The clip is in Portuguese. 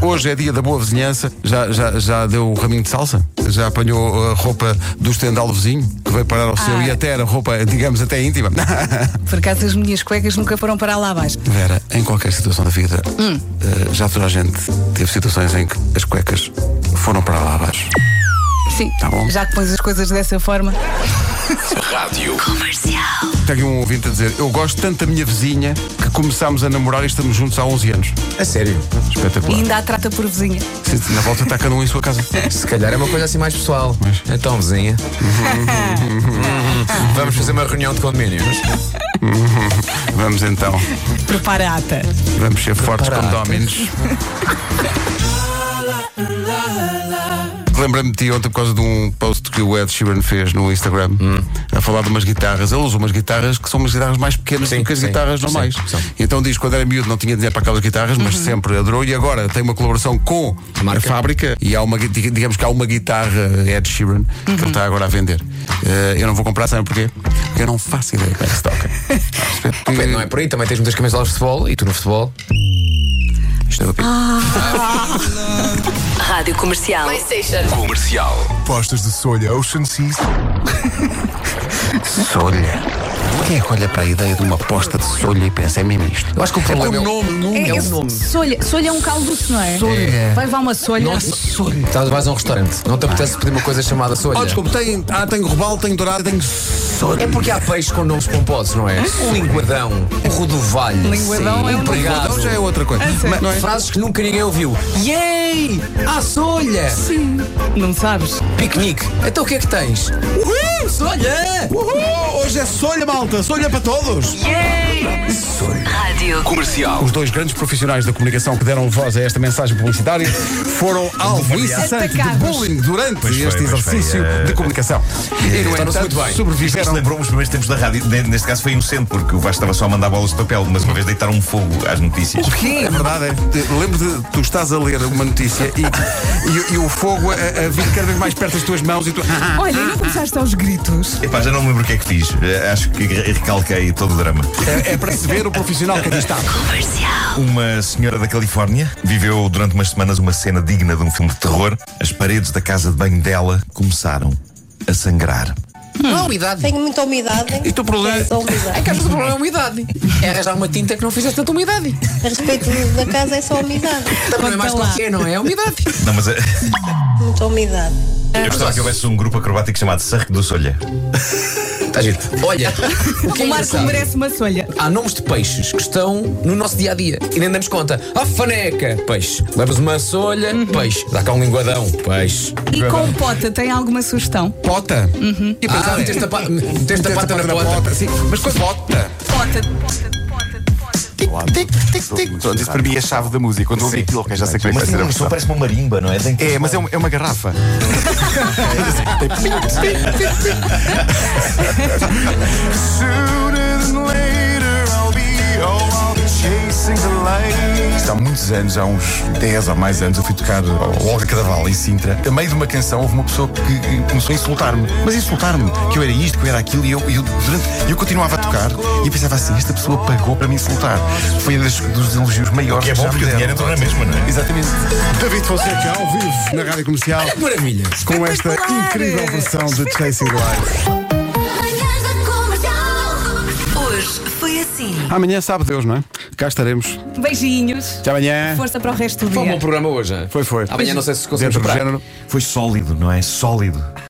Hoje é dia da boa vizinhança. Já, já, já deu o raminho de salsa? Já apanhou a roupa do estendal vizinho, que veio parar ao seu Ah. e até era roupa, digamos, até íntima? Por acaso as minhas cuecas nunca foram parar lá abaixo. Vera, em qualquer situação da vida, eh, já toda a gente teve situações em que as cuecas foram para lá abaixo. Sim, Tá bom. já que pões as coisas dessa forma. Tem aqui um ouvinte a dizer: Eu gosto tanto da minha vizinha que começámos a namorar e estamos juntos há 11 anos. A É sério? E Espetacular. ainda a trata por vizinha. Sim, Na volta está cada um em sua casa. Se calhar é uma coisa assim mais pessoal. Então, vizinha. Vamos fazer uma reunião de condomínios. Vamos então, Prepara a ata. vamos ser fortes Preparados. condóminos. Lembrei-me de ti ontem por causa de um post que o Ed Sheeran fez no Instagram Hum. a falar de umas guitarras. Ele usa umas guitarras que são umas guitarras mais pequenas Sim, do que as sim, guitarras sim, normais. são. Então diz que quando era miúdo não tinha dinheiro para aquelas guitarras, mas sempre adorou e agora tem uma colaboração com a, marca. fábrica e há uma gui- diga- digamos que há uma guitarra Ed Sheeran que Uhum. ele está agora a vender. Eh, eu não vou comprar, sabe porquê? Porque eu não faço ideia como é que se toca. Bem, não é por aí, também tens muitas camisolas de futebol e tu no futebol. Isto é o pico. Rádio Comercial. Postas de solha Ocean Seas. Solha. Quem é que olha para a ideia de uma aposta de solha e pensa, é mesmo isto? Eu acho que o problema é o nome. É, É o esse- nome. Solha. Solha é um caldo, não é? É. Vai levar uma solha. Estás vais a um restaurante, não te apetece pedir uma coisa chamada solha. Oh, desculpe, tem, ah, tenho robalo, tenho dourado, tenho solha. É porque há peixes com nomes pomposos, não é? O linguadão, o rodovalho, Linguadão é um empregado. Então já é outra coisa. Mas, não é? Frases que nunca ninguém ouviu. Yay! À solha! Sim. Não sabes? Piquenique. Então o que é que tens? Uhul! Solha! Uhul, hoje é solha, malta, solha para todos. Rádio. Os dois grandes profissionais da comunicação que deram voz a esta mensagem publicitária foram alvo incessante de Atacados. bullying durante foi, este pois foi, exercício eh, de comunicação. E, no tornou-se entanto, muito bem. Isto é sobreviveram. lembrou-me os primeiros tempos da rádio. Ne- Neste caso foi um centro, porque o Vasco estava só a mandar bolas de papel, mas uma vez deitaram um fogo às notícias. É verdade, é. Eu Lembro de tu estás a ler uma notícia e, e- e o fogo a, a vir cada vez mais perto das tuas mãos e tu. é, Olha, e não começaste aos gritos? Epá, já não me lembro o que é que fiz. Eh, Acho que re- recalquei todo o drama. É, é para se ver o profissional que aqui está. Uma senhora da Califórnia viveu durante umas semanas uma cena digna de um filme de terror. As paredes da casa de banho dela começaram a sangrar. Tenho muita umidade. E o teu problema- Essa umidade. É que às vezes o problema é a umidade. É arranjar uma tinta que não fizesse tanta umidade. A respeito da casa é só umidade. Também não é mais Conta lá. qualquer, não é? É umidade. Não, mas eh, Muita umidade. eu gostava que houvesse um grupo acrobático chamado Sarque do Solha. Está Tá giro. Olha, o que é O Marco engraçado, merece uma solha. Há nomes de peixes que estão no nosso dia a dia e nem damos conta. Ah, faneca, peixe. Levas uma solha, peixe. Dá cá um linguadão, peixe. Uhum. E com pota, tem alguma sugestão? Pota. E Ah, pensar, é, meteste a, pa meteste a tens pata na bota. Sim, mas quando bota. Pota. Pronto, isso para mim é a chave da música. Quando eu ouvi aquilo, ok, já sei como é que vai Mas ser a não, só versão. parece uma marimba, não é? Tem que- É, mas é uma, é uma garrafa. Sooner than later, I'll be, oh, I'll be chasing the light. Isto Há muitos anos, há uns 10 ou mais anos, eu fui tocar ao Olga Cadaval em Sintra. A meio de uma canção, houve uma pessoa que que começou a insultar-me. Mas insultar-me, que eu era isto, que eu era aquilo, e eu, eu, durante, eu continuava a tocar e eu pensava assim: esta pessoa pagou para me insultar. Foi um dos, dos elogios maiores Que é bom já me porque o deram. dinheiro entrou na mesma, não é? Exatamente. David Fonseca ao vivo na Rádio Comercial Maravilha. com esta incrível versão de Chasing Light. Manhãs da Comercial. Hoje foi assim. Amanhã sabe Deus, não é? Cá estaremos. Beijinhos. Até amanhã. Força para o resto do Foi um dia. bom programa hoje. hein? Foi, foi. Amanhã não sei se conseguimos Dentro do esperar. género. Foi sólido, não é? Sólido.